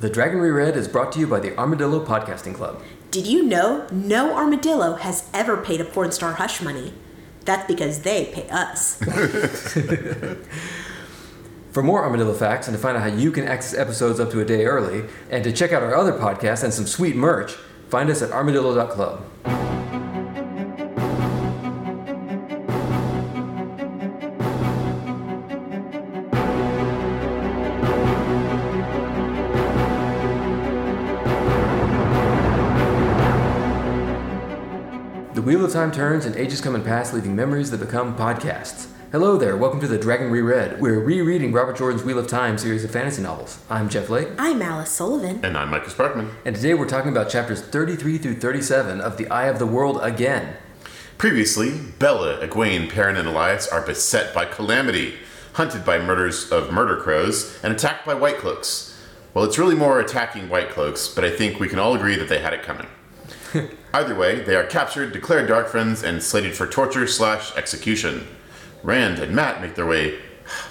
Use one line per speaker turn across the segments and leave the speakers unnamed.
The Dragon Reread is brought to you by the Armadillo Podcasting Club.
Did you know no armadillo has ever paid a porn star hush money? That's because they pay us.
For more Armadillo facts and to find out how you can access episodes up to a day early, and to check out our other podcasts and some sweet merch, find us at armadillo.club. The wheel of time turns and ages come and pass, leaving memories that become podcasts. Hello there, welcome to the Dragon Reread. We're rereading Robert Jordan's Wheel of Time series of fantasy novels. I'm Jeff Lake,
I'm Alice Sullivan.
And I'm Michael Sparkman.
and today we're talking about chapters 33 through 37 of The Eye of the World again.
Previously, Bella, Egwene, Perrin, and Elias are beset by calamity, hunted by murders of murder crows, and attacked by white cloaks. Well, it's really more attacking white cloaks, but I think we can all agree that they had it coming. Either way, they are captured, declared dark friends, and slated for torture slash execution. Rand and Matt make their way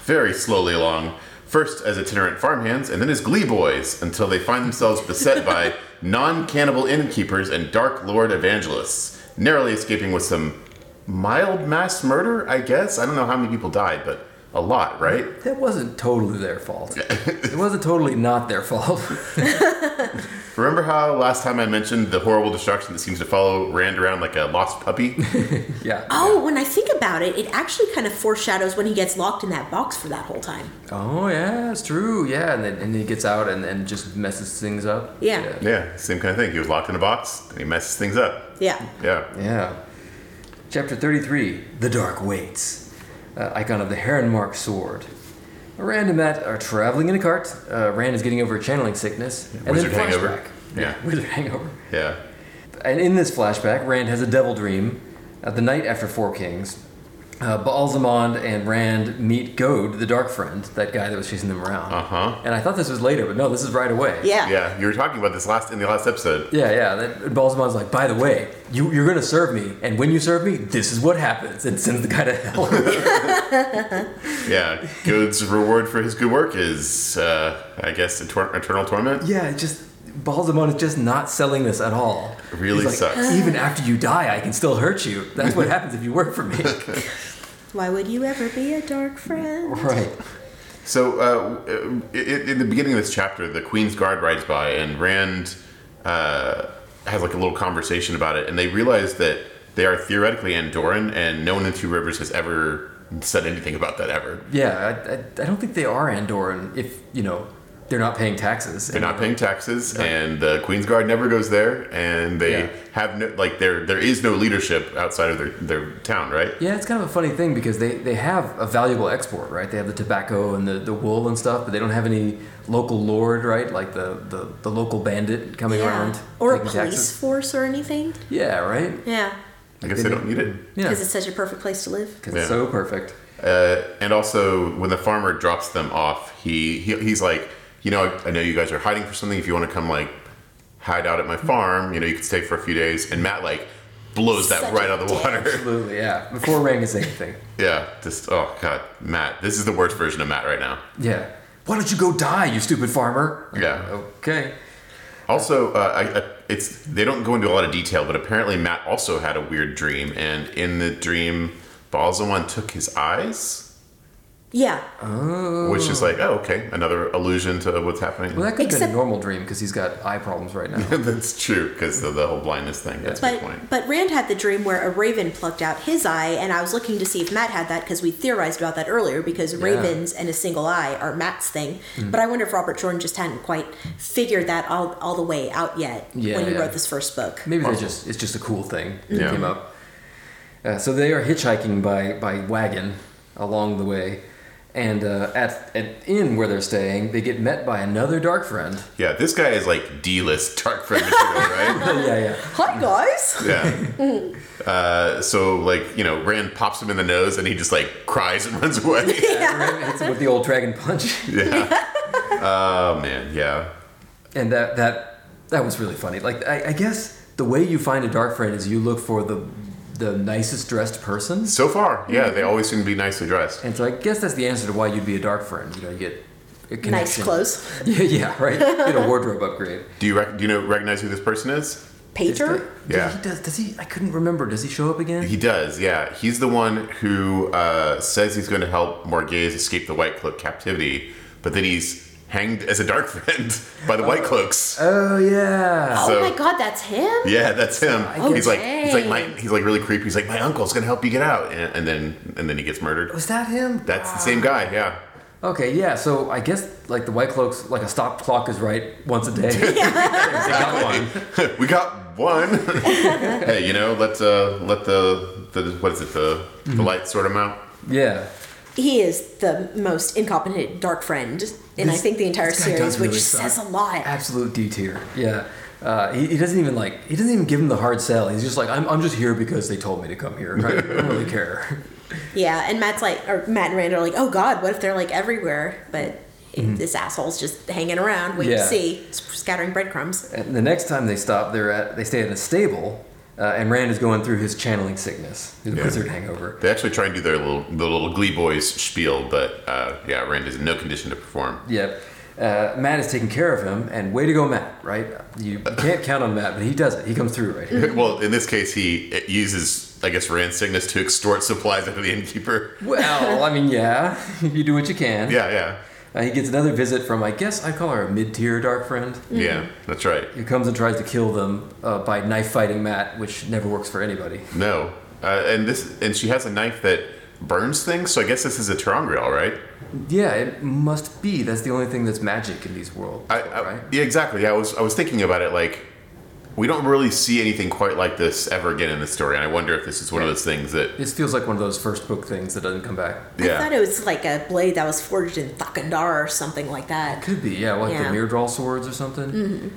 very slowly along, first as itinerant farmhands and then as glee boys, until they find themselves beset by non-cannibal innkeepers and dark lord evangelists, narrowly escaping with some mild mass murder, I guess. I don't know how many people died, but a lot, right?
That wasn't totally their fault. it wasn't totally not their fault.
Remember how last time I mentioned the horrible destruction that seems to follow Rand around like a lost puppy?
yeah.
Oh, when I think about it, it actually kind of foreshadows when he gets locked in that box for that whole time.
Oh yeah, it's true. Yeah, and then and he gets out and, and just messes things up.
Yeah.
yeah, same kind of thing. He was locked in a box, and he messes things up.
Yeah.
Yeah.
Yeah. Chapter 33 The Dark Waits. Uh, icon of the Heron Mark Sword. Rand and Matt are traveling in a cart. Uh, Rand is getting over channeling sickness. And
Wizard
then
hangover.
flashback.
Yeah.
Wizard hangover.
Yeah.
And in this flashback, Rand has a devil dream uh, the night after Four Kings. Uh, Balzamond and Rand meet Goad, the Dark Friend, that guy that was chasing them around.
Uh-huh.
And I thought this was later, but no, this is right away.
Yeah.
Yeah, you were talking about this last in the last episode.
Yeah, yeah. That, Balzamond's like, by the way, you, you're going to serve me, and when you serve me, this is what happens. And sends the guy to hell.
Yeah, Good's reward for his good work is, uh, I guess, eter- eternal torment.
yeah, it just Balzamon is just not selling this at all.
It really
He's like,
sucks.
Even after you die, I can still hurt you. That's what happens if you work for me.
Why would you ever be a dark friend?
right.
So, uh, i- i- in the beginning of this chapter, the Queen's Guard rides by, and Rand uh, has like a little conversation about it, and they realize that they are theoretically Andoran, and no one in Two Rivers has ever said anything about that ever.
Yeah, I, I, I don't think they are Andoran if, you know, they're not paying taxes.
They're not paying taxes,
Right.
and the Queen's Guard never goes there, and they
Yeah.
have no like there there is no leadership outside of their their town, right?
Yeah, it's kind of a funny thing because they, they have a valuable export, right? They have the tobacco and the, the wool and stuff, but they don't have any local lord, right? Like the, the, the local bandit coming around.
Or a
taking
police
taxes.
force or anything.
Yeah, right?
Yeah.
I guess they don't need it.
Yeah.
Because it's such a perfect place to live.
Because
Yeah.
it's so perfect.
Uh, and also, when the farmer drops them off, he, he he's like, you know, I, I know you guys are hiding for something. If you want to come, like, hide out at my farm, you know, you could stay for a few days. And Matt like blows that
Such
right
a
out of the
dick.
water.
Absolutely, yeah. Before Rang is anything.
yeah, just oh god, Matt, this is the worst version of Matt right now.
Yeah. Why don't you go die, you stupid farmer?
Yeah.
Okay.
Also, uh, I, I, it's they don't go into a lot of detail, but apparently Matt also had a weird dream, and in the dream, Balzawan took his eyes,
Yeah.
which is like, oh, okay, another allusion to what's happening.
Well, that could have been
Except-
a normal dream because he's got eye problems right now.
That's true because of the whole blindness thing. That's my point.
But, but Rand had the dream where a raven plucked out his eye, and I was looking to see if Matt had that because we theorized about that earlier because ravens and a single eye are Matt's thing.
Mm.
But I wonder if Robert Jordan just hadn't quite figured that all, all the way out yet
Yeah,
when he
yeah.
wrote this first book.
Maybe they just it's just a cool thing that
Yeah.
came up. Uh, so they are hitchhiking by by wagon along the way, and uh, at an inn where they're staying, they get met by another dark friend.
Yeah, this guy is like D-list dark friend material, right?
yeah, yeah.
Hi, guys!
Yeah. Uh, so like you know, Rand pops him in the nose, and he just like cries and runs away.
Hits him with the old dragon punch,
Yeah. Oh man, yeah.
and that that that was really funny. Like I, I guess the way you find a dark friend is you look for the the nicest dressed person.
So far, yeah, they always seem to be nicely dressed.
And so I guess that's the answer to why you'd be a dark friend. You know, you get connection.
Nice clothes.
Yeah, yeah, right. Get a wardrobe upgrade.
Do you rec- do you know recognize who this person is?
Is that-
Pager?
Yeah.
He does. Does he? I couldn't remember. Does he show up again?
He does, yeah. He's the one who uh, says he's going to help Morgaze escape the White Cloak captivity, but then he's hanged as a dark friend by the White Cloaks.
oh yeah.
Oh
So-
my god, that's him?
Yeah, that's him.
Oh,
he's like, he's like, my,
dang.
he's like really creepy. He's like, my uncle's gonna help you get out, and, and then, and then he gets murdered.
Was that him?
That's the same guy, yeah.
Okay, yeah. So I guess like the White Cloaks, like a stop clock is right once a day. They got one.
we got one. hey, you know, let uh, let the the what is it the the light sort him out.
Yeah.
He is the most incompetent dark friend in I
This-
think the entire
this guy does
series, which
really suck.
says a lot.
Absolute D tier. Yeah. Uh, he, he doesn't even like. He doesn't even give him the hard sell. He's just like, I'm, I'm just here because they told me to come here. I don't really care.
Yeah, and Matt's like, or Matt and Rand are like, oh god, what if they're like everywhere? But this asshole's just hanging around, waiting
Yeah.
to see, sp- scattering breadcrumbs.
And the next time they stop, they're at. They stay at a stable, uh, and Rand is going through his channeling sickness, his
Yeah.
wizard hangover.
They actually try and do their little the little Glee Boys spiel, but uh, yeah, Rand is in no condition to perform.
Yep. Uh, Matt is taking care of him, and way to go, Matt. Right? You can't count on Matt, but he does it. He comes through right here.
Well, in this case, he uh, uses I guess Rand's sickness to extort supplies out of the innkeeper.
Well, I mean, yeah, you do what you can.
Yeah, yeah,
Uh, he gets another visit from, I guess I call her a mid-tier dark friend,
yeah. That's right.
who comes and tries to kill them uh, by knife fighting Matt, which never works for anybody.
No, uh, and this and she has a knife that burns things. So I guess this is a Tarangriel, right?
Yeah, it must be. That's the only thing that's magic in these worlds,
I, I,
right?
Yeah, exactly. I was I was thinking about it like we don't really see anything quite like this ever again in the story, and I wonder if this is one of those things that
This feels like one of those first book things that doesn't come back.
I
yeah.
thought it was like a blade that was forged in Thakandar or something like that.
Could be, yeah, like
Yeah.
the Mirdrawl swords or something.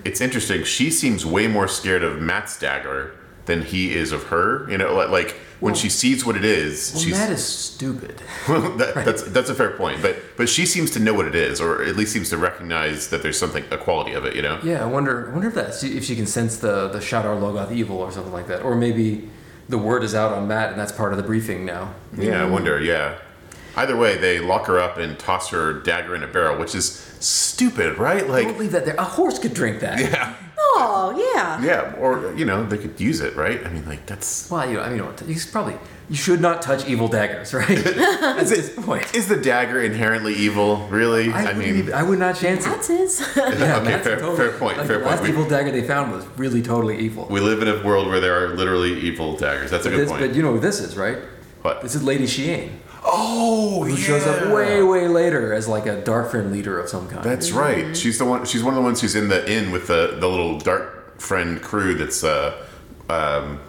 it's interesting. She seems way more scared of Matt's dagger than he is of her. You know, like, like when she sees what it is,
Well,
she's
Matt is stupid.
that, that's that's a fair point. But but she seems to know what it is, or at least seems to recognize that there's something a quality of it. You know.
Yeah, I wonder. I wonder if that's if she can sense the the Shadar Logoth evil or something like that, or maybe the word is out on Matt and that's part of the briefing now.
Yeah, I wonder. Yeah. Either way, they lock her up and toss her dagger in a barrel, which is stupid, right? Like,
Don't leave that there. A horse could drink that.
yeah,
Oh, yeah.
yeah, or you know, they could use it, right? I mean, like that's
Well, you know, I mean, you, don't- you should probably you should not touch evil daggers, right? At this point,
is the dagger inherently evil? Really?
I,
I,
wouldn't
mean,
even- I would not chance it.
That's his.
Yeah,
okay,
Matt's
fair-
totally-
fair point,
like,
fair
the
point.
Last
We-
evil dagger they found was really totally evil.
we live in a world where there are literally evil daggers. That's a
but,
good
this,
point.
but you know who this is, right?
What?
This is Lady Sheehan,
oh,
who shows up way, way later as like a dark friend leader of some kind.
That's
Mm-hmm.
right. She's the one. She's one of the ones who's in the inn with the the little dark friend crew that's uh, um,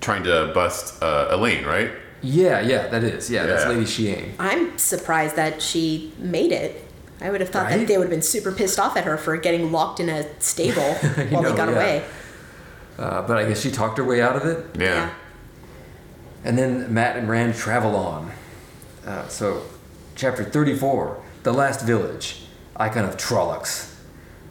trying to bust uh, Elaine, right?
yeah, yeah, that is. Yeah, that's
Yeah.
Lady Sheehan.
I'm surprised that she made it. I would have thought
Right?
that they would have been super pissed off at her for getting locked in a stable while
know,
they got
yeah.
away.
Uh, but I guess she talked her way out of it.
Yeah.
And then Matt and Rand travel on. Uh, so, chapter 34, The Last Village, Icon of Trollocs.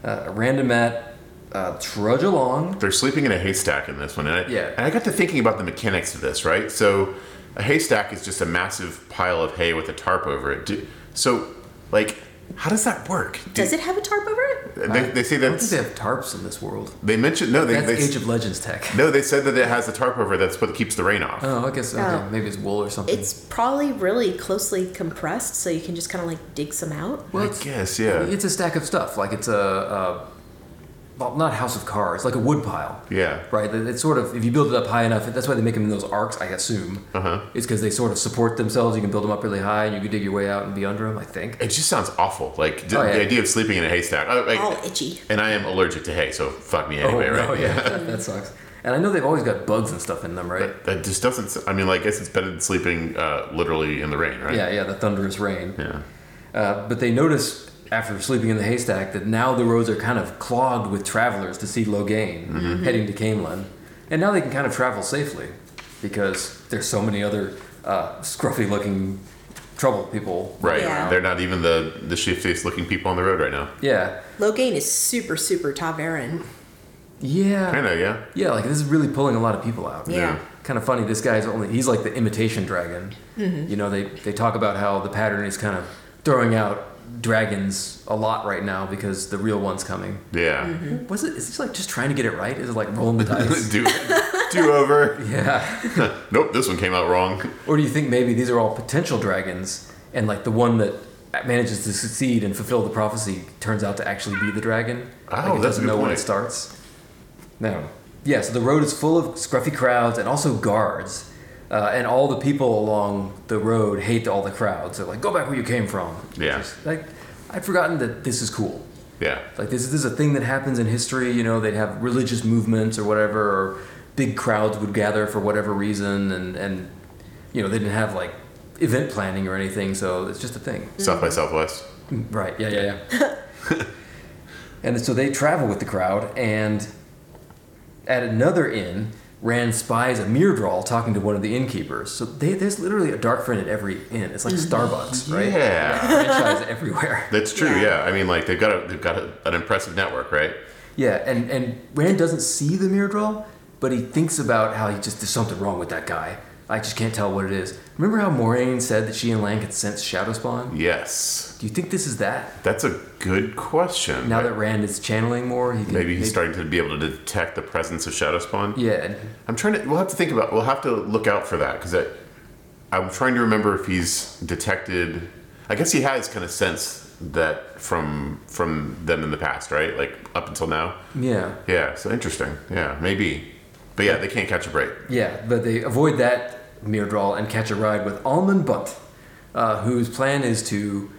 Uh, Rand and Matt uh, trudge along.
They're sleeping in a haystack in this one, and I,
Yeah.
and I got to thinking about the mechanics of this, right? So, a haystack is just a massive pile of hay with a tarp over it. Do, so, like, how does that work? Do- Mm-hmm.
Does it have a tarp over it?
They, they say
I don't think
that's
they have tarps in this world.
they mentioned no, they,
That's
they
Age of Legends tech.
no, they said that it has a tarp over it. That's what keeps the rain off.
Oh, I guess okay,
Oh.
maybe it's wool or something.
It's probably really closely compressed, so you can just kind of like dig some out.
well,
I guess, yeah.
It's a stack of stuff. Like it's a, a well, not house of cards, like a wood pile.
yeah,
Right, it- it's sort of if you build it up high enough. That's why they make them in those arcs, I assume.
Uh-huh.
It's because they sort of support themselves. You can build them up really high, and you can dig your way out and be under them. I think.
It just sounds awful. Like d-
Oh, yeah.
the idea of sleeping in a haystack. Oh, like-
All itchy.
and I am allergic to hay, so fuck me anyway, right?
Oh, no, yeah, that, that sucks. And I know they've always got bugs and stuff in them, right?
That just doesn't. s- I mean, like, I guess it's better than sleeping uh, literally in the rain, right?
Yeah, yeah, the thunderous rain.
Yeah.
Uh, but they notice after sleeping in the haystack that now the roads are kind of clogged with travelers to see Logain
Mm-hmm.
heading to Camelin, and now they can kind of travel safely because there's so many other uh, scruffy-looking trouble people.
Right.
Yeah.
They're not even the the shiftiest looking people on the road right now.
Yeah,
Logain is super, super Taveran.
yeah.
I know. Yeah.
Yeah, like this is really pulling a lot of people out.
Yeah. Yeah.
Kind of funny. This guy's only he's like the imitation dragon. You know, they they talk about how the pattern is kind of throwing out dragons a lot right now because the real one's coming.
Yeah.
Was it? Is this like just trying to get it right? Is it like rolling the dice?
do do over.
yeah.
Nope, this one came out wrong.
Or do you think maybe these are all potential dragons, and like the one that manages to succeed and fulfill the prophecy turns out to actually be the dragon?
Oh,
Like, it
that's a
doesn't
good
know when
point.
it starts. No. Yeah. So the road is full of scruffy crowds and also guards. Uh, and all the people along the road hate all the crowds. They're like, "Go back where you came from."
Yeah.
Just, like, I'd forgotten that this is cool.
Yeah.
Like this, this is a thing that happens in history. You know, they'd have religious movements or whatever, or big crowds would gather for whatever reason, and and you know they didn't have like event planning or anything, so it's just a thing.
South by Southwest.
Right? Yeah, yeah, yeah. and so they travel with the crowd, and at another inn, Rand spies a Meardral talking to one of the innkeepers. So they, there's literally a dark friend at every inn. It's like Starbucks, right?
Yeah.
Franchise everywhere.
That's true.
Yeah.
Yeah. I mean, like they've got a, they've got a, an impressive network, right?
Yeah, and and Rand doesn't see the mirror draw, but he thinks about how he just there's something wrong with that guy. I just can't tell what it is. Remember how Moraine said that she and Lang could sense shadow spawn?
Yes.
Do you think this is that?
That's a good question.
Now that Rand is channeling more, he can
maybe he's starting to be able to detect the presence of shadow spawn.
Yeah, and-
I'm trying to. We'll have to think about. We'll have to look out for that because I'm trying to remember if he's detected. I guess he has kind of sensed that from from them in the past, right? Like up until now.
yeah,
Yeah. So interesting. Yeah. Maybe. But yeah, they can't catch a break.
yeah. But they avoid that mirror draw and catch a ride with Almond Bunt, uh, whose plan is to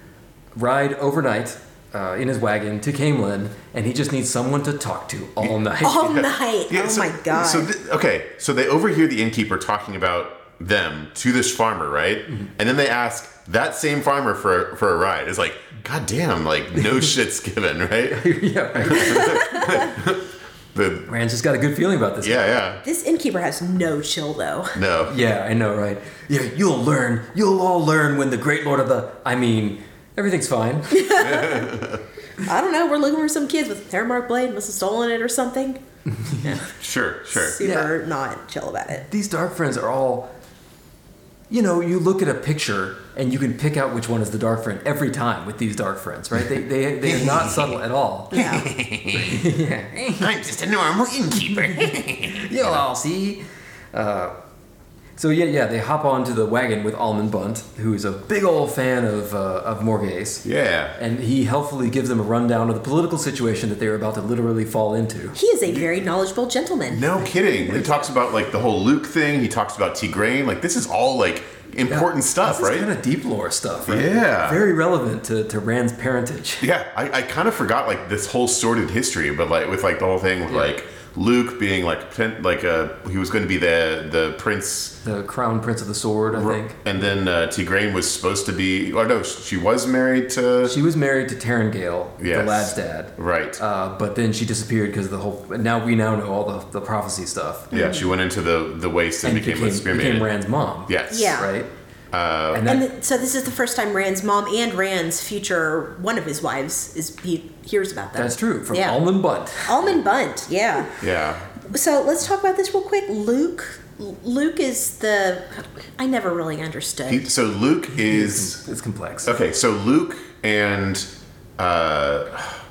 ride overnight. Uh, in his wagon to Camelin, and he just needs someone to talk to all night.
all night.
Yeah,
oh
so-
my god.
So th- okay, so they overhear the innkeeper talking about them to this farmer, right?
Mm-hmm.
And then they ask that same farmer for for a ride. It's like, god damn, like no shit's given, right?
yeah, right.
The,
Rand's just got a good feeling about this.
yeah,
this innkeeper has no chill though.
yeah, no,
Yeah, I know, right? Yeah, you'll learn. You'll all learn when the great lord of the. I mean, everything's fine.
I don't know. We're looking for some kids with Hallmark blade. Must have stolen it or something.
sure, sure.
Super not chill about it.
These dark friends are all. You know, you look at a picture and you can pick out which one is the dark friend every time with these dark friends, right? They, they, they are not subtle at all.
Yeah.
I'm just a normal innkeeper.
You'll all see. Uh, so yeah, yeah, they hop onto the wagon with Almond Bunt, who is a big old fan of uh, of Morghese.
yeah,
And he helpfully gives them a rundown of the political situation that they are about to literally fall into.
he is a very knowledgeable gentleman.
no kidding. He talks about like the whole Luke thing. He talks about Tigraine. Like this is all like important stuff,
This
right?
kind of deep lore stuff, right?
Yeah.
Very relevant to, to Rand's parentage.
Yeah, I, I kind of forgot like this whole sordid history, but like with like the whole thing with like Luke being like prin- like uh he was going to be the the prince,
The crown prince of the sword, I think.
and then uh, Tigraine was supposed to be. Or no, she was married to
She was married to Taryn Gale,
Yes.
the lad's dad.
right.
Uh, but then she disappeared because of the whole. Now we now know all the, the prophecy stuff.
yeah, she went into the the waste and,
And
became,
became,
a
became,
spearman.
Rand's mom.
yes. Uh,
Yeah.
Right? and that,
And th- so this is the first time Rand's mom and Rand's future one of his wives is he hears about that.
that's true. From
Yeah.
Almond Bunt.
Almond Bunt, yeah.
Yeah.
So let's talk about this real quick. Luke, L- Luke is the I never really understood.
He, so Luke is
It's complex.
okay. So Luke and uh,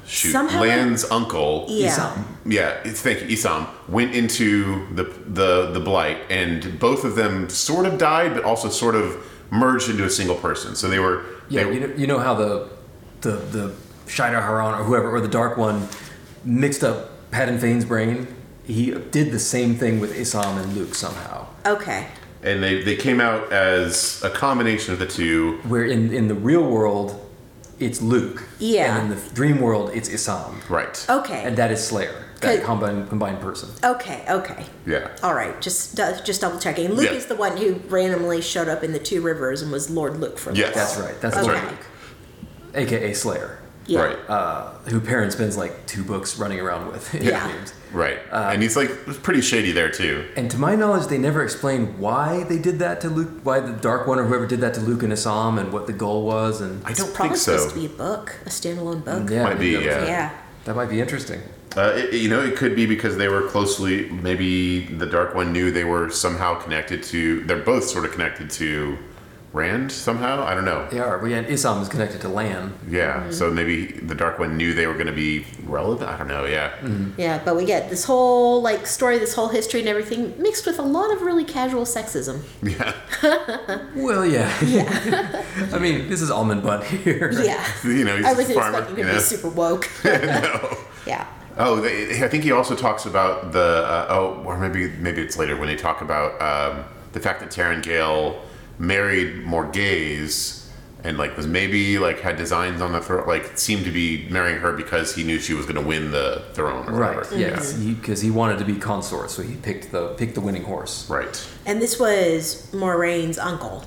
shoot,
Somehow-
Lan's uncle.
yeah.
Isam.
Yeah, it's- thank you. Isam went into the the the blight, and both of them sort of died, but also sort of merged into a single person. So they were
Yeah,
they,
you know, you know how the the the Shida Haran or whoever or the Dark One mixed up Padden Fane's brain. He did the same thing with Isam and Luke somehow.
Okay.
and they they came out as a combination of the two.
Where in in the real world, it's Luke.
Yeah.
And in the dream world, it's Isam.
Right.
Okay.
And that is Slayer.
Okay.
That combined combined person.
okay. Okay.
Yeah.
All right. Just dou- just double checking. Luke
Yeah.
is the one who randomly showed up in the Two Rivers and was Lord Luke for. a
Yes.
little
That's
while.
right. That's
Oh. okay.
Lord Luke. AKA Slayer.
Yeah.
Right.
Uh, who Perrin spends like two books running around with in
Yeah.
dreams.
right. and he's like pretty shady there too.
And to my knowledge, they never explained why they did that to Luke, why the Dark One or whoever did that to Luke and Assam, and what the goal was, and
I don't think
Probably supposed
so.
to be a book, a standalone book.
yeah,
Might be,
maybe that was-
yeah.
Yeah.
that might be interesting.
Uh, it, it- you know, it could be because they were closely. Maybe the Dark One knew they were somehow connected to. They're both sort of connected to Rand somehow. I don't know.
They are, but yeah, and Isam is connected to Lan.
Yeah,
Mm-hmm.
so maybe the Dark One knew they were going to be relevant. I don't know. Yeah,
Yeah, but we get this whole like story, this whole history and everything mixed with a lot of really casual sexism.
yeah,
Well, yeah. I mean, this is almond butt here.
Yeah.
you know, he's
I
a
wasn't
farmer,
expecting him
you
to
know.
be super woke.
no.
yeah.
Oh, they, I think he also talks about the uh, oh, or maybe maybe it's later when they talk about um, the fact that Taryn Gale married more gays and like was maybe like had designs on the throne, like seemed to be marrying her because he knew she was going to win the throne. Or
Right.
Mm-hmm.
Whatever.
Yes, because he, wanted to be consort, so he picked the picked the winning horse.
Yeah. Right.
And this was Moraine's uncle.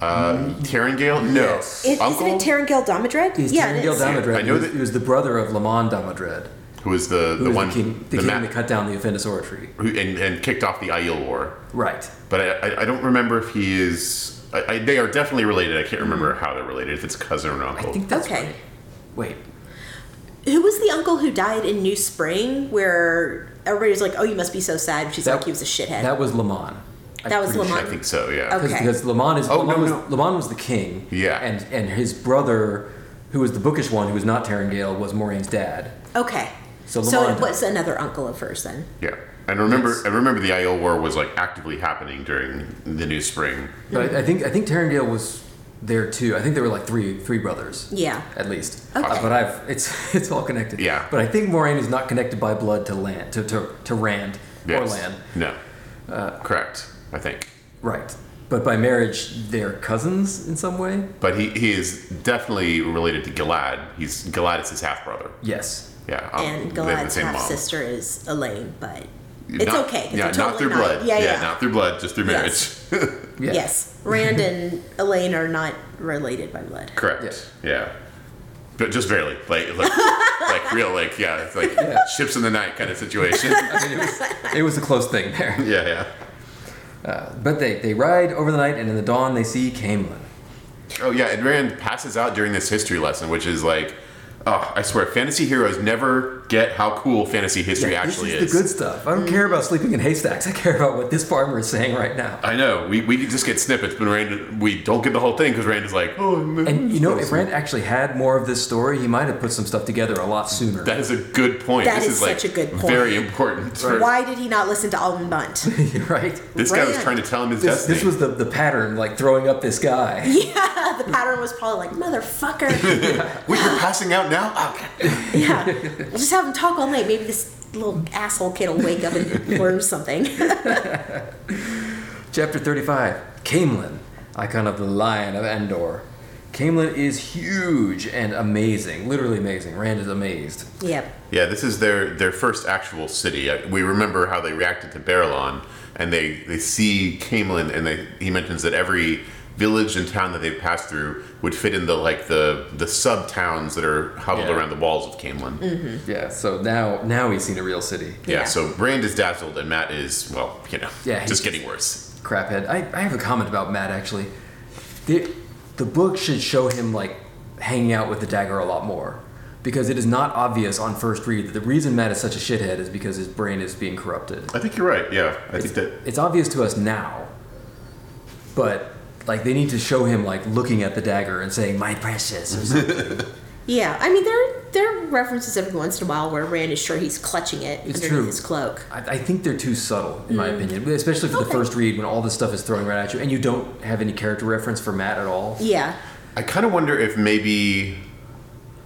Uh, Taryn Gale? No.
Yes.
It,
Uncle,
Isn't it Taryn Gale Damodred?
He's
yeah,
Taryn
it
Gale
is.
Damodred.
I know
who-
that-
He was the brother of Lamon Damodred,
who was the
who
the
was
one
the king, the
the
king
ma-
that cut down the Offendosaur tree.
who, and, and kicked off the Aiel War.
Right.
But I, I, I don't remember if he is. I, I, they are definitely related. I can't remember how they're related. If it's cousin or uncle.
Mm. I think that's
Okay.
right. Wait.
Who was the uncle who died in New Spring where everybody was like, oh, you must be so sad? And she's
That-
like, he was a shithead.
That was Lamon.
That was
I
Lamont.
think so. Yeah.
Okay.
Because Lamon is
Oh,
Lamon,
no,
was,
no.
Lamon was the king.
Yeah.
And and his brother, who was the bookish one, who was not Taryn Gale, was Moraine's dad.
Okay.
So
So,
Lamont-
it was another uncle of hers then.
Yeah. And remember,
Yes.
I remember the Aiel War was like actively happening during the New Spring.
But I, I think I think Taryn Gale was there too. I think there were like three three brothers.
Yeah.
At least.
Okay.
Uh, but I've it's it's all connected.
Yeah.
But I think Moraine is not connected by blood to land to to, to Rand or
Yes.
Land.
No.
Uh,
Correct. I think.
Right. But by marriage they're cousins in some way?
But he, he is definitely related to Galad. He's Galad is his half brother.
Yes.
Yeah. um,
And
they have the
Galad's
same mom.
half sister is Elaine, but it's
Not-
okay. 'cause they're
Yeah,
totally
not through blood.
Yeah, yeah.
not through blood, just through marriage.
Yes.
Yeah.
Yes. Rand and Elaine are not related by blood.
Correct. Yeah. But just barely, like, like, like real, like, yeah, it's like ships in the night kind of situation. yeah,
I mean, it was it was a close thing there.
yeah.
But they, they ride over the night, and in the dawn they see Camelin.
Oh yeah, and Rand passes out during this history lesson, which is like, oh, I swear, fantasy heroes never get how cool fantasy history
Yeah,
actually
this is, the good stuff. I don't care about sleeping in haystacks. I care about what this farmer is saying right now.
I know. We, we just get snippets, but Rand we don't get the whole thing because Rand is like, oh, man,
And you know, if
this-
Rand actually had more of this story, he might have put some stuff together a lot sooner.
That is a good point.
That
this
is
like
such a good point.
very important. for-
Why did he not listen to Alden Bunt?
right?
This guy was
Rand.
trying to tell him his
This,
destiny.
this was the, the pattern, like throwing up this guy.
yeah, the pattern was probably like, motherfucker.
Wait, you're passing out now? Oh, God.
Yeah. We'll just have him talk all night. Maybe this little asshole kid will wake up and learn something.
Chapter 35 Camelin, icon of the Lion of Endor. Camelin is huge and amazing, literally amazing. Rand is amazed.
yep.
Yeah, this is their their first actual city. Uh, We remember how they reacted to Barillon, and they they see Camelin, and they, he mentions that every village and town that they've passed through would fit in the like the the sub towns that are huddled
Yeah.
around the walls of Camelin.
Yeah, so now now he's seen a real city.
Yeah,
Yeah.
so Brand is dazzled, and Matt is well, you know,
Yeah, he's-
just getting worse.
craphead. I, I have a comment about Matt actually. The, the book should show him like hanging out with the dagger a lot more because it is not obvious on first read that the reason Matt is such a shithead is because his brain is being corrupted.
I think you're right. Yeah, I think that
It's obvious to us now, but like they need to show him like looking at the dagger and saying "my precious" or something.
Yeah. I mean, there, there are references every once in a while where Rand is sure he's clutching it
It's
underneath
true.
his cloak.
I, I think they're too subtle, in my opinion, especially for the
Okay.
first read when all this stuff is thrown right at you and you don't have any character reference for Matt at all.
Yeah.
I kind of wonder if maybe,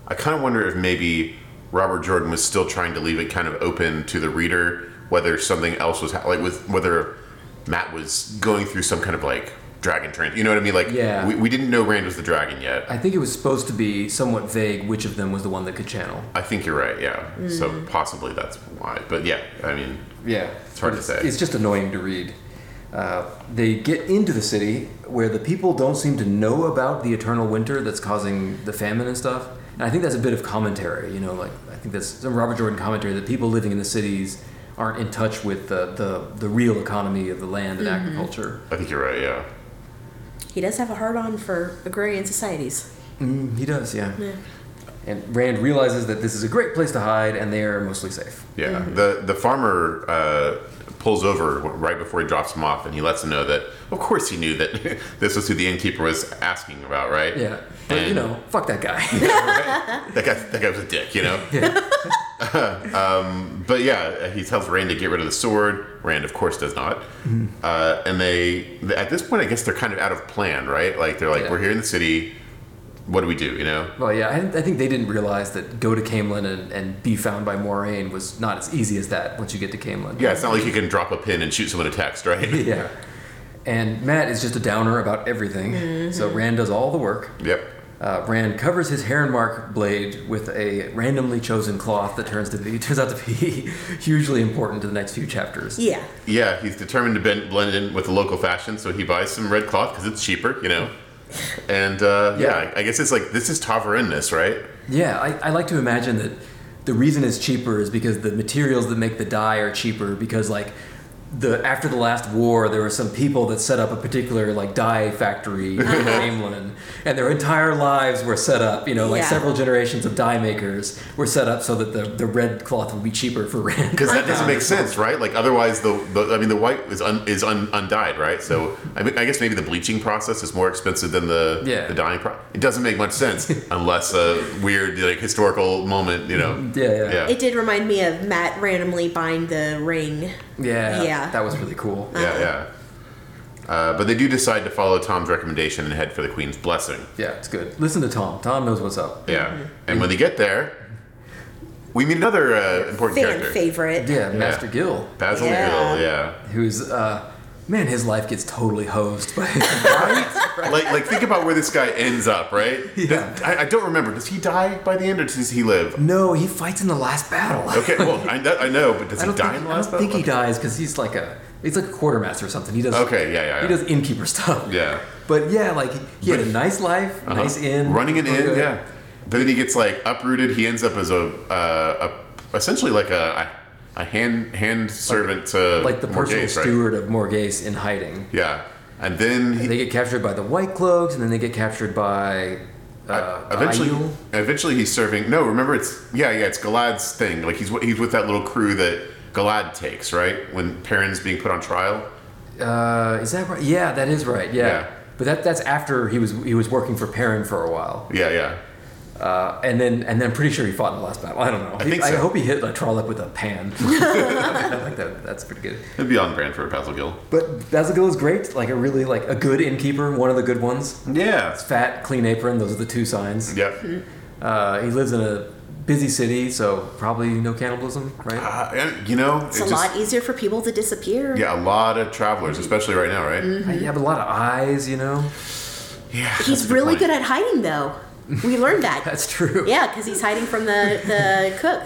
I kind of wonder if maybe Robert Jordan was still trying to leave it kind of open to the reader whether something else was ha- like with whether Matt was going through some kind of like dragon trend. You know what I mean? Like,
Yeah.
we, we didn't know Rand was the dragon yet.
I think it was supposed to be somewhat vague which of them was the one that could channel.
I think you're right. Yeah.
Mm.
So possibly that's why. But yeah, I mean,
Yeah,
It's hard to say.
It's just annoying to read. Uh, they get into the city where the people don't seem to know about the eternal winter that's causing the famine and stuff. And I think that's a bit of commentary, you know, like I think that's some Robert Jordan commentary that people living in the cities aren't in touch with the, the, the real economy of the land and agriculture.
I think you're right. Yeah.
He does have a hard on for agrarian societies.
Mm, he does, yeah. And Rand Mm-hmm. realizes that this is a great place to hide and they are mostly safe.
Yeah, the the farmer uh, pulls over right before he drops him off, and he lets him know that, of course, he knew that this was who the innkeeper was asking about, right?
Yeah. But, you
And-
know, fuck that guy.
That guy, that guy was a dick, you know. um, but yeah, he tells Rand to get rid of the sword. Rand, of course, does not.
Mm-hmm.
Uh, and they, th- at this point, I guess they're kind of out of plan, right? Like they're like,
Yeah.
we're here in the city. What do we do? You know?
well, yeah, I, I think they didn't realize that go to Camelin and, and be found by Moraine was not as easy as that once you get to Camelin.
Yeah, it's not like you can drop a pin and shoot someone a text, right?
Yeah. And Matt is just a downer about everything. So Rand does all the work.
yep.
Uh, Rand covers his Heron Mark blade with a randomly chosen cloth that turns to be turns out to be hugely important to the next few chapters.
Yeah.
Yeah, he's determined to bend, blend in with the local fashion, so he buys some red cloth because it's cheaper, you know. And uh, yeah.
Yeah.
I guess it's like this is Taverinnus, right?
Yeah, I, I like to imagine that the reason it's cheaper is because the materials that make the dye are cheaper because like the after the last war there were some people that set up a particular like dye factory in
Uh-huh.
England and their entire lives were set up, you know, like
Yeah.
several generations of dye makers were set up so that the, the red cloth would be cheaper for Rand.
Because that doesn't make sense, right? Like otherwise, the, the I mean, the white is un, is un, undyed, right? So I mean, I guess maybe the bleaching process is more expensive than the
Yeah.
the dyeing process. It doesn't make much sense unless a weird like historical moment, you know.
Yeah, yeah.
yeah.
It did remind me of Matt randomly buying the ring.
Yeah,
Yeah.
That was really cool.
yeah, yeah. Uh, but they do decide to follow Tom's recommendation and head for the Queen's blessing.
Yeah, it's good. Listen to Tom. Tom knows what's up.
Yeah, and when they get there, we meet another uh, important
Fan
character,
favorite.
Yeah, Master Gill.
Basil
Yeah.
Gill. Yeah.
who's uh man his life gets totally hosed by
like, like think about where this guy ends up, right?
Yeah.
Does- I, I don't remember. Does he die by the end, or does he live?
no he fights in the last battle
Okay, well, I, that, I know, but does
i
he
don't,
die
think,
in the
I
last
don't think he
battle?
dies because he's like a he's like a quartermaster or something he does
Okay, yeah, yeah,
he
yeah.
does innkeeper stuff
Yeah.
but yeah like he had
But-
a nice life
Uh-huh.
nice inn
running an inn,
Okay.
yeah. But then he gets like uprooted. He ends up as a, uh, a essentially like a a hand hand servant to
like the personal
Morghese, right?
steward of Morghese in hiding
Yeah, and then he,
they get captured by the white cloaks and then they get captured by uh,
eventually,
Aiel.
eventually he's serving. No, remember it's yeah, yeah, it's Galad's thing. Like he's wi- he's with that little crew that Galad takes, right? When Perrin's being put on trial.
Uh, is that right yeah that is right yeah,
Yeah.
but that that's after he was he was working for Perrin for a while
Yeah, yeah.
Uh, and then, and then, pretty sure he fought in the last battle. I don't know. I,
think so.
hope he hit a trollop with a pan. I like that. That's pretty good.
It'd be on brand for Basil Gill.
But Basil is great. Like a really like a good innkeeper. One of the good ones.
Yeah.
Fat, clean apron. Those are the two signs.
Yep.
Uh, he lives in a busy city, so probably no cannibalism, right?
Uh, and, you know,
It's a lot easier for people to disappear.
Yeah, a lot of travelers, especially right now, right?
You have a lot of eyes, you know.
Yeah.
Mm-hmm. He's really good at hiding, though. We learned that.
That's true.
yeah, because he's hiding from the, the cook.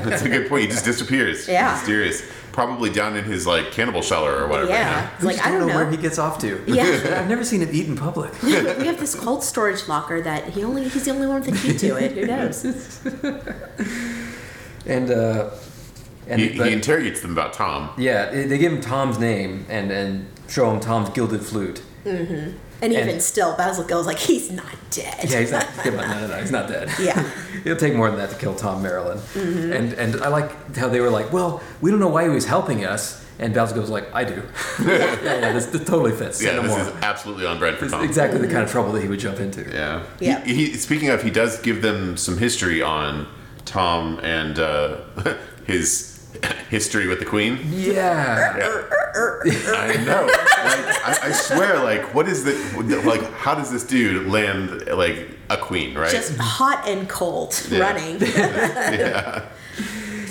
That's a good point. He just disappears.
Yeah.
Mysterious. Probably down in his like cannibal cellar or whatever.
Yeah.
We
It's like,
just
I don't
where
know.
he gets off to.
Yeah.
I've never seen him eat in public.
we have this cold storage locker that he only he's the only one with a key to it. Who knows?
And uh, and
He,
but-
he interrogates them about Tom.
yeah, they they give him Tom's name and and show him Tom's gilded flute.
And even
And-
still, Basil goes like, he's not dead.
Yeah, he's not. Come on, no, no, no, he's not dead.
Yeah. Mm-hmm.
It'll take more than that to kill Tom Marilyn. And and I like how they were like, well, we don't know why he was helping us. And Bowser goes like, I do. yeah, yeah, this, this totally fits. Say
Yeah,
no
this
more.
is absolutely on brand for
It's
Tom.
exactly the kind of trouble that he would jump into.
Yeah.
Yeah.
He, he, speaking of, he does give them some history on Tom and uh, his history with the Queen.
Yeah.
I know. Like, I, I swear, like, what is the like? How does this dude land like a queen? Right?
Just hot and cold
Yeah.
running.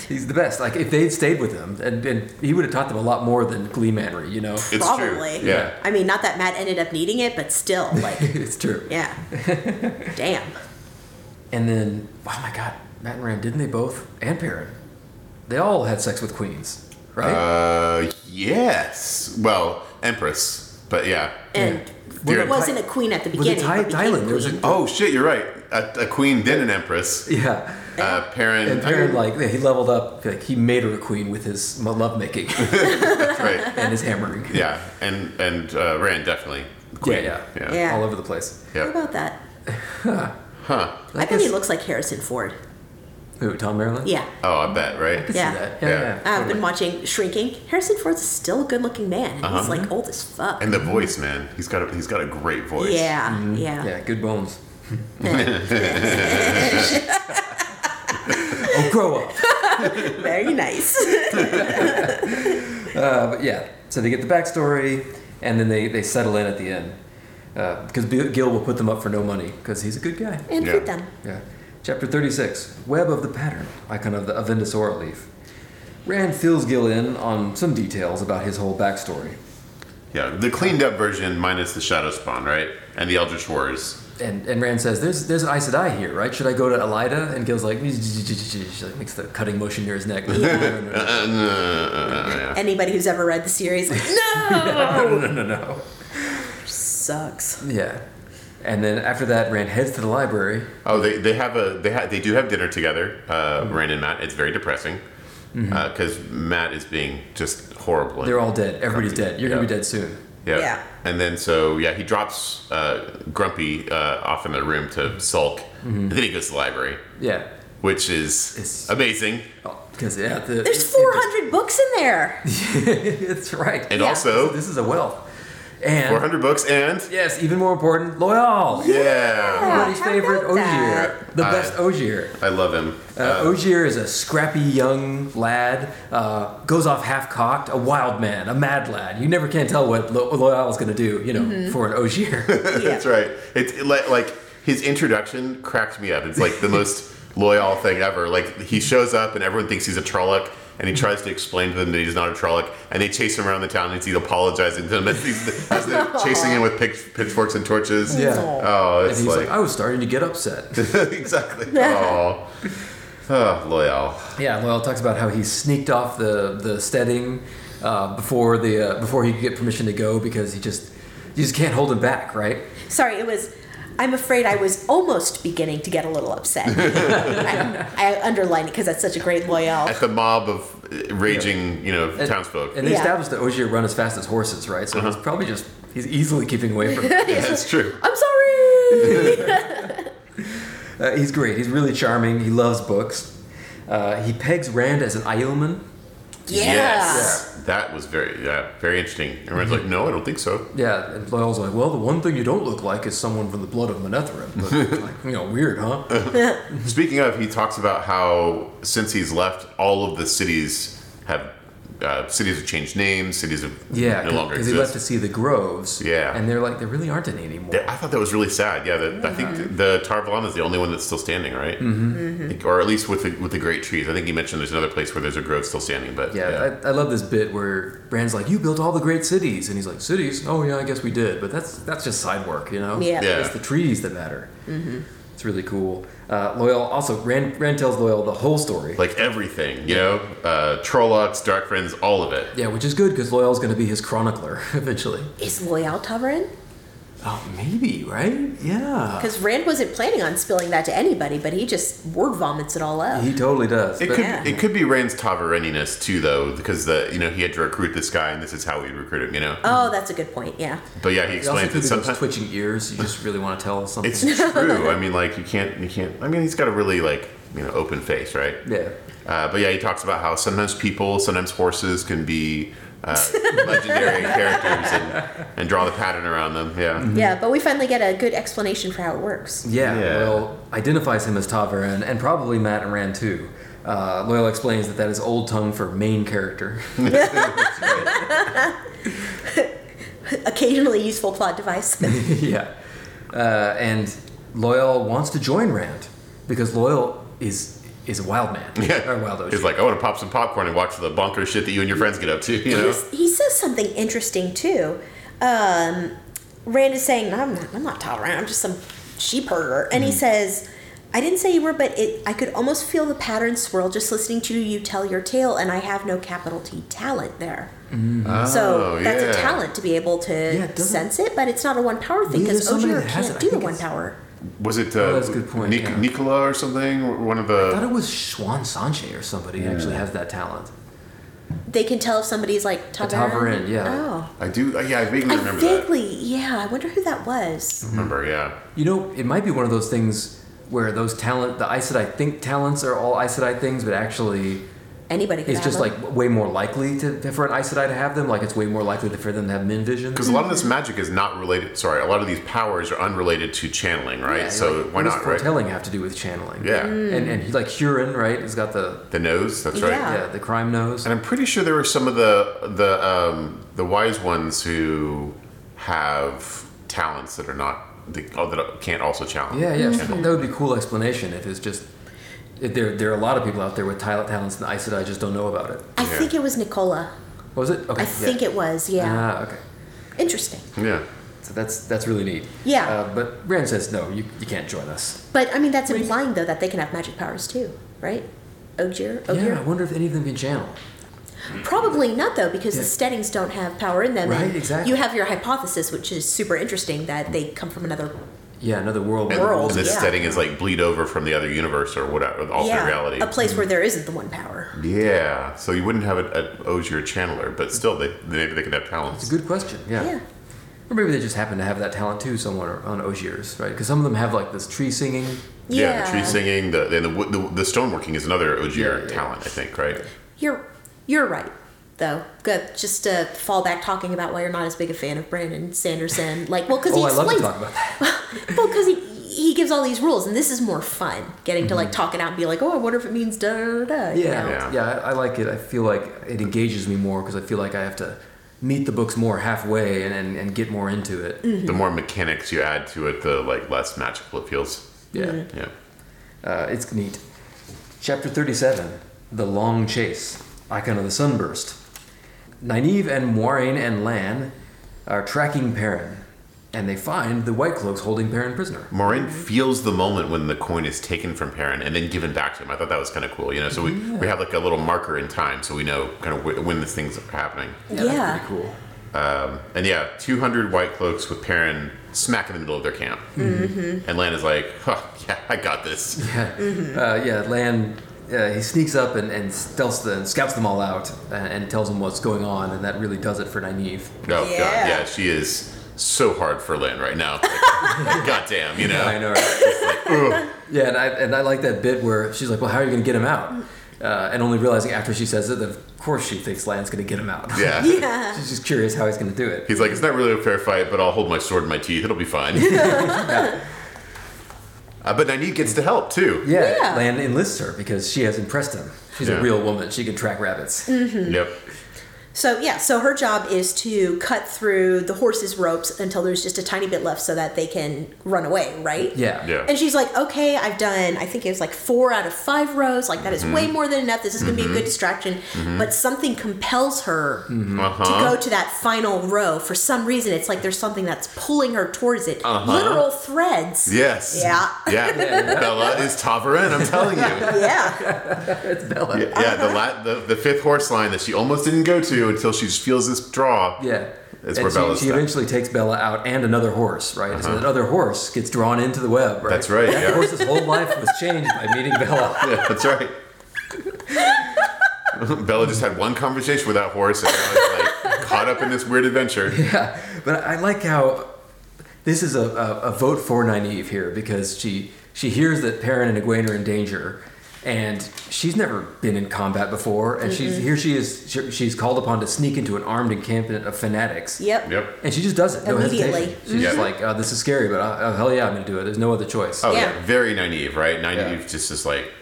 he's the best. Like if they'd stayed with him, and, and he would have taught them a lot more than Glee Manry. You know,
it's
Probably.
true. Yeah.
I mean, not that Matt ended up needing it, but still, like,
it's true.
yeah. Damn.
And then, oh my God, Matt and Rand, didn't they both? And Perrin, they all had sex with queens, right?
Uh, yes. Well, empress, but yeah.
And
Were
it
the
wasn't a
Ty-
queen at the
was it
beginning.
Ty-
but became
Tylan? There was a-
queen.
Oh shit, you're right. A, a queen, then an empress.
yeah.
Uh, Perrin.
And Perrin, like, he leveled up. Like, he made her a queen with his lovemaking
right.
and his hammering.
Yeah, and and uh, Rand definitely.
Yeah, yeah.
Yeah.
Yeah.
All over the place.
What
Yeah.
about that?
Huh.
I bet he looks like Harrison Ford.
Who, Tom Maryland?
Yeah.
Oh, I bet,
Yeah.
right?
Uh,
See that?
Yeah.
Yeah, yeah.
I've
totally.
been watching Shrinking. Harrison Ford's still a good looking man. and
Uh-huh.
He's like old as fuck.
And the voice, man. He's got a, he's got a great voice.
yeah,
Mm-hmm.
yeah.
yeah, good bones.
Yeah.
Oh, grow up.
Very nice.
Uh, but yeah, so they get the backstory, and then they, they settle in at the end. Because Bill Gil will put them up for no money, because he's a good guy.
And
Yeah.
feed them.
Yeah. Chapter 36 Web of the Pattern, Icon of the Avendus Aura Leaf. Rand fills Gil in on some details about his whole backstory.
Yeah, the cleaned up version minus the Shadow Spawn, right? And the Eldritch Wars.
And, and Rand says, there's, there's an Aes Sedai here, right? Should I go to Elida? And Gil's like, she like makes the cutting motion near his neck. No, no, no,
Uh,
no,
uh, uh, yeah.
Anybody who's ever read the series, no,
no, no, no, no.
sucks.
Yeah. And then after that, Rand heads to the library.
Oh, they, they have a they ha- they do have dinner together, uh,
Mm-hmm.
Rand and Matt. It's very depressing because Matt is being just horrible.
They're all dead. Everybody's dead. You're going
Yeah.
to be dead soon.
Yeah.
Yeah.
And then so yeah, he drops uh, Grumpy uh, off in the room to sulk,
Mm-hmm.
and then he goes to the library,
Yeah.
which is
It's-
amazing.
Because, yeah. The,
There's 400 books in there.
It's right.
And
Yeah.
also
This is a wealth. And
400 books and
yes, even more important, Loyal.
yeah,
Everybody's
how
favorite
about that?
Ogier. The
Uh,
best Ogier.
I love him.
Uh, Ogier is a scrappy young lad, uh, goes off half cocked, a wild man, a mad lad. You never can tell what Lo- Loyal is going to do, you know,
Mm-hmm.
for an Ogier.
Yeah.
That's right. It's it, like, like his introduction cracked me up. It's like the most loyal thing ever. Like he shows up and everyone thinks he's a Trolloc. And he tries to explain to them that he's not a Trolloc, and they chase him around the town, and he's apologizing to them as, he's, as they're chasing him with pitch, pitchforks and torches.
Yeah.
Oh,
and
it's
he's like,
like,
I was starting to get upset.
exactly. Oh, oh, loyal.
yeah, Loyal talks about how he sneaked off the, the steading uh, before, the, uh, before he could get permission to go because he just, you just can't hold him back, right?
Sorry, it was. I'm afraid I was almost beginning to get a little upset. I, I underlined it because that's such a great loyal.
At the mob of uh, raging, you know, townsfolk.
And they
Yeah.
established that Ogier run as fast as horses, right? So he's probably just, he's easily keeping away from it.
yeah, that's true.
I'm sorry.
Uh, he's great. He's really charming. He loves books. Uh, he pegs Rand as an Aielman.
yeah.
Yes, that was very, yeah, very interesting. Everyone's
Mm-hmm.
like, no, I don't think so.
Yeah, and Loyal's like, well, the one thing you don't look like is someone from the blood of Menethrin. But, like, you know, weird, huh?
Speaking of, he talks about how since he's left, all of the cities have uh, cities have changed names. Cities have
Yeah,
no longer
because he left to
exist.
see the groves.
Yeah.
And they're like, there really aren't any anymore.
I thought that was really sad. Yeah, that, I think the Tarvalon is the only one that's still standing, right? Mm-hmm. Or at least with the, with the great trees. I think he mentioned there's another place where there's a grove still standing, but
yeah, I, I love this bit where Rand's like, you built all the great cities. And he's like, cities? Oh, yeah, I guess we did. But that's that's just side work, you know?
Yeah.
Yeah.
It's the trees that matter. Mm-hmm. It's really cool. Uh, Loyal also, Rand, Rand tells Loyal the whole story.
like everything, you know, uh, Trollocs, Dark Friends, all of it.
Yeah, which is good because Loyal's going to be his chronicler eventually.
Is loyal Tavarin?
Oh, maybe, right? Yeah.
Because Rand wasn't planning on spilling that to anybody, but he just word vomits it all up.
He totally does.
It
but-
could
Yeah.
it could be Rand's Taverniness too, though, because the you know he had to recruit this guy, and this is how we recruit him, you know.
oh, that's a good point. Yeah.
But yeah, he
It Uh, also could
explains that
be those
sometimes
twitching ears. You just really want to tell something.
It's true. I mean, like you can't, you can't. I mean, he's got a really like you know open face, right?
yeah.
Uh, but yeah, he talks about how sometimes people, sometimes horses can be uh, legendary characters and, and draw the pattern around them. Yeah.
Mm-hmm.
Yeah, but we finally get a good explanation for how it works.
yeah.
Yeah.
Loyal identifies him as Taverin and probably Matt and Rand too. Uh, Loyal explains that that is old tongue for main character.
Mm.
Occasionally useful plot device.
yeah. Uh, and Loyal wants to join Rand because Loyal is is a wild man.
Yeah.
Or a wild ocean.
He's like, I want to pop some popcorn and watch the bonker shit that you and your friends get up to. You know.
He's- he says something interesting too. Um, Rand is saying, "I'm not, I'm not tolerant. I'm just some sheep herder," and he
Mm-hmm.
says, "I didn't say you were, but it, I could almost feel the pattern swirl just listening to you tell your tale, and I have no capital T talent there. so
Mm-hmm.
Oh,
that's
yeah.
a talent to be able to
it doesn't-
sense it, but it's not a one power thing
Yeah, there's
because
somebody
Ogier
that has
can't
it. I
do the
think
one
it's-
power.
Was it? Uh,
Oh, that's a good point,
Nic-
yeah.
Nicola or something? One of
I thought
the.
it was Schwan Sanche or somebody actually has that talent.
They can tell if somebody's like
A
Taverin.
Taverin, yeah.
Oh,
I do. uh, Yeah, I vaguely
I
remember that.
vaguely, yeah. I wonder who that was.
Remember? Yeah.
You know, it might be one of those things where those talent, the Aes Sedai think talents are all Aes Sedai things, but actually
Anybody could
it's
have
just
them.
like way more likely to for an Aes Sedai to have them. Like it's way more likely for them to have men vision.
Because a lot of
Mm-hmm.
this magic is not related. Sorry, a lot of these powers are unrelated to channeling, right?
Yeah,
so
like,
why
what does
not, right?
foretelling have to do with channeling?
Yeah,
And and he, like Huron, right? Has got the
the nose. That's right.
Yeah.
yeah the crime nose.
And I'm pretty sure there were some of the the um, the wise ones who have talents that are not the, oh, that can't also challenge.
Yeah, yeah.
Mm-hmm.
That would be a cool explanation if it's just if there there are a lot of people out there with talent talents and Aes Sedai just don't know about it.
I
Yeah.
think it was Nicola.
Was it? Okay.
I think it was, yeah.
Ah, okay.
Interesting.
Yeah.
So that's that's really neat.
Yeah.
Uh, but Rand says no, you, you can't join us.
But I mean, that's implying though that they can have magic powers too, right? Ogier, Ogier.
Yeah, I wonder if any of them can channel.
Probably not though, because the
Yeah.
steadings don't have power in them. and
Right, exactly.
You have your hypothesis, which is super interesting, that they come from another.
Yeah, another world.
And
World,
this
yeah.
setting is like bleed over from the other universe or whatever, the alternate reality. Mm-hmm.
a place where there isn't the one power.
yeah. So you wouldn't have an, an Ogier channeler, but still, they, maybe they could have
It's
talents.
a good question. Yeah.
Yeah.
Or maybe they just happen to have that talent too, somewhere on Ogiers, right? Because some of them have like this tree singing.
Yeah. The tree singing, the and the, wo- the the stoneworking is another Ogier
Yeah, yeah.
talent, I think. Right.
You're, you're right, though. Good. Just to fall back talking about why you're not as big a fan of Brandon Sanderson. Like, well, because
Oh,
he
I love to
explains.
talk about that.
well, because he, he gives all these rules, and this is more fun. Getting to like talk it out and be like, oh, I wonder if it means da da da, da. you
Mm-hmm. Yeah,
know?
yeah,
Yeah.
I, I like it. I feel like it engages me more because I feel like I have to meet the books more halfway and, and, and get more into it.
Mm-hmm.
The more mechanics you add to it, the like less magical it feels.
Yeah,
Mm-hmm.
Yeah.
uh, it's neat. Chapter 37 The Long Chase Icon of the Sunburst. Nynaeve and Moiraine and Lan are tracking Perrin, and they find the White Cloaks holding Perrin prisoner.
Morin feels the moment when the coin is taken from Perrin and then given back to him. I thought that was kind of cool, you know. So we, we have like a little marker in time, so we know kind of wh- when this thing's happening.
Yeah.
That's pretty cool.
Um, and yeah, two hundred white cloaks with Perrin smack in the middle of their camp, mm-hmm. and Lan is like, huh, "Yeah, I got this." Oh,
Yeah, uh, yeah Lan, uh, he sneaks up and, and stealths the, and scouts them all out and, and tells them what's going on, and that really does it for Nynaeve.
Oh god,
Yeah.
yeah, she is so hard for Lan right now. Like, goddamn, you know.
I know. right? yeah, and I and I like that bit where she's like, "Well, how are you going to get him out?" Uh, and only realizing after she says it that of course she thinks Lan's going to get him out.
Yeah.
Yeah.
she's just curious how he's going to do it.
He's like, it's not really a fair fight, but I'll hold my sword in my teeth. It'll be fine. uh, but Nynaeve gets to help too.
Yeah,
Yeah.
Lan enlists her because she has impressed him. She's
Yeah.
a real woman. She can track rabbits.
Yep.
So yeah, so her job is to cut through the horse's ropes until there's just a tiny bit left so that they can run away, right?
Yeah.
Yeah.
And she's like, okay, I've done, I think it was like four out of five rows. Like, that is
Mm-hmm.
way more than enough. This is going to be a good distraction. But something compels her
Mm-hmm.
Uh-huh.
to go to that final row. For some reason, it's like there's something that's pulling her towards it.
Uh-huh.
Literal threads.
Yes.
Yeah.
Yeah. Bella is Tavarin, I'm telling you. Yeah,
Yeah.
yeah, the, la- the the fifth horse line that she almost didn't go to until she feels this draw.
Yeah.
That's
and
where
she,
Bella's
she
stuck.
eventually takes Bella out and another horse, right? So that other horse gets drawn into the web, right?
That's right,
That
yeah.
horse's whole life was changed by meeting Bella.
Yeah, that's right. Bella just had one conversation with that horse and now it's like caught up in this weird adventure.
Yeah, but I like how this is a, a, a vote for Nynaeve here because she she hears that Perrin and Egwene are in danger, and she's never been in combat before, and she's here. She is she, she's called upon to sneak into an armed encampment of fanatics.
Yep.
Yep.
And she just does it. No
Immediately.
hesitation. She's just
Yeah.
like, oh, this is scary, but I, oh, hell yeah, I'm going to do it. There's no other choice.
Oh
Yeah.
yeah. very naive, right? Naive
Yeah.
just is like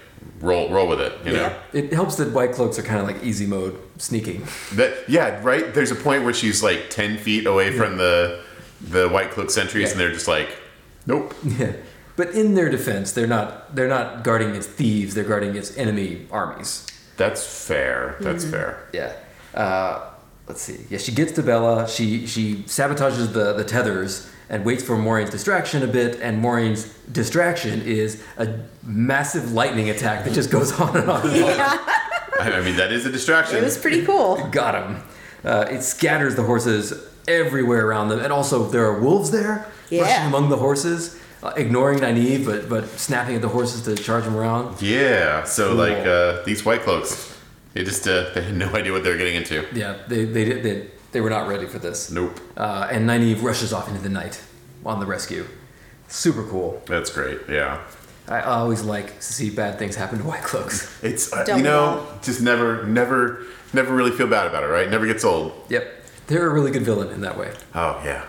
roll roll with it, you know.
Yep.
It helps that white cloaks are kind of like easy mode sneaking.
That yeah, right. There's a point where she's like ten feet away from the the white cloak sentries,
Yeah.
and they're just like, nope.
Yeah. But in their defense, they're not they're not guarding against thieves. They're guarding against enemy armies.
That's fair. That's fair.
Yeah. Uh, let's see. Yeah, she gets to Bella. She she sabotages the the tethers and waits for Moraine's distraction a bit. And Moraine's distraction is a massive lightning attack that just goes on and on. And on.
Yeah.
I I mean, that is a distraction.
It was pretty cool.
Got him. Uh, it scatters the horses everywhere around them, and also there are wolves there
Yeah.
rushing among the horses, uh, ignoring Nynaeve, but but snapping at the horses to charge them around.
yeah. So
Cool.
like uh, these white cloaks, they just uh, they had no idea what they were getting into.
Yeah, they they did they, they were not ready for this.
Nope.
Uh, and Nynaeve rushes off into the night on the rescue. Super cool.
That's great. Yeah.
I always like to see bad things happen to White Cloaks.
It's uh,
Don't we
you know,
all?
just never, never, never really feel bad about it, right? Never gets old.
Yep. They're a really good villain in that way.
Oh yeah.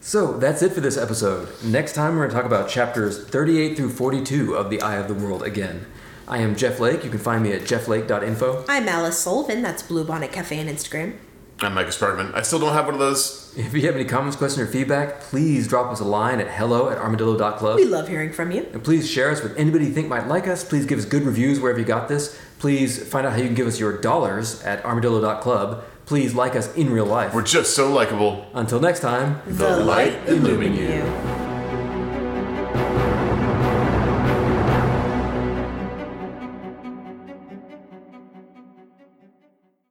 So that's it for this episode. Next time we're going to talk about chapters 38 through 42 of The Eye of the World again. I am Jeff Lake. You can find me at jefflake.info.
I'm Alice Sullivan. That's Blue Bonnet Cafe on Instagram.
I'm Michael Sparkman. I still don't have one of those.
If you have any comments, question, or feedback, please drop us a line at hello at armadillo.club.
We love hearing from you.
And please share us with anybody you think might like us. Please give us good reviews wherever you got this. Please find out how you can give us your dollars at armadillo.club. Please like us in real life.
We're just so likable.
Until next time.
The light illumine you.
you.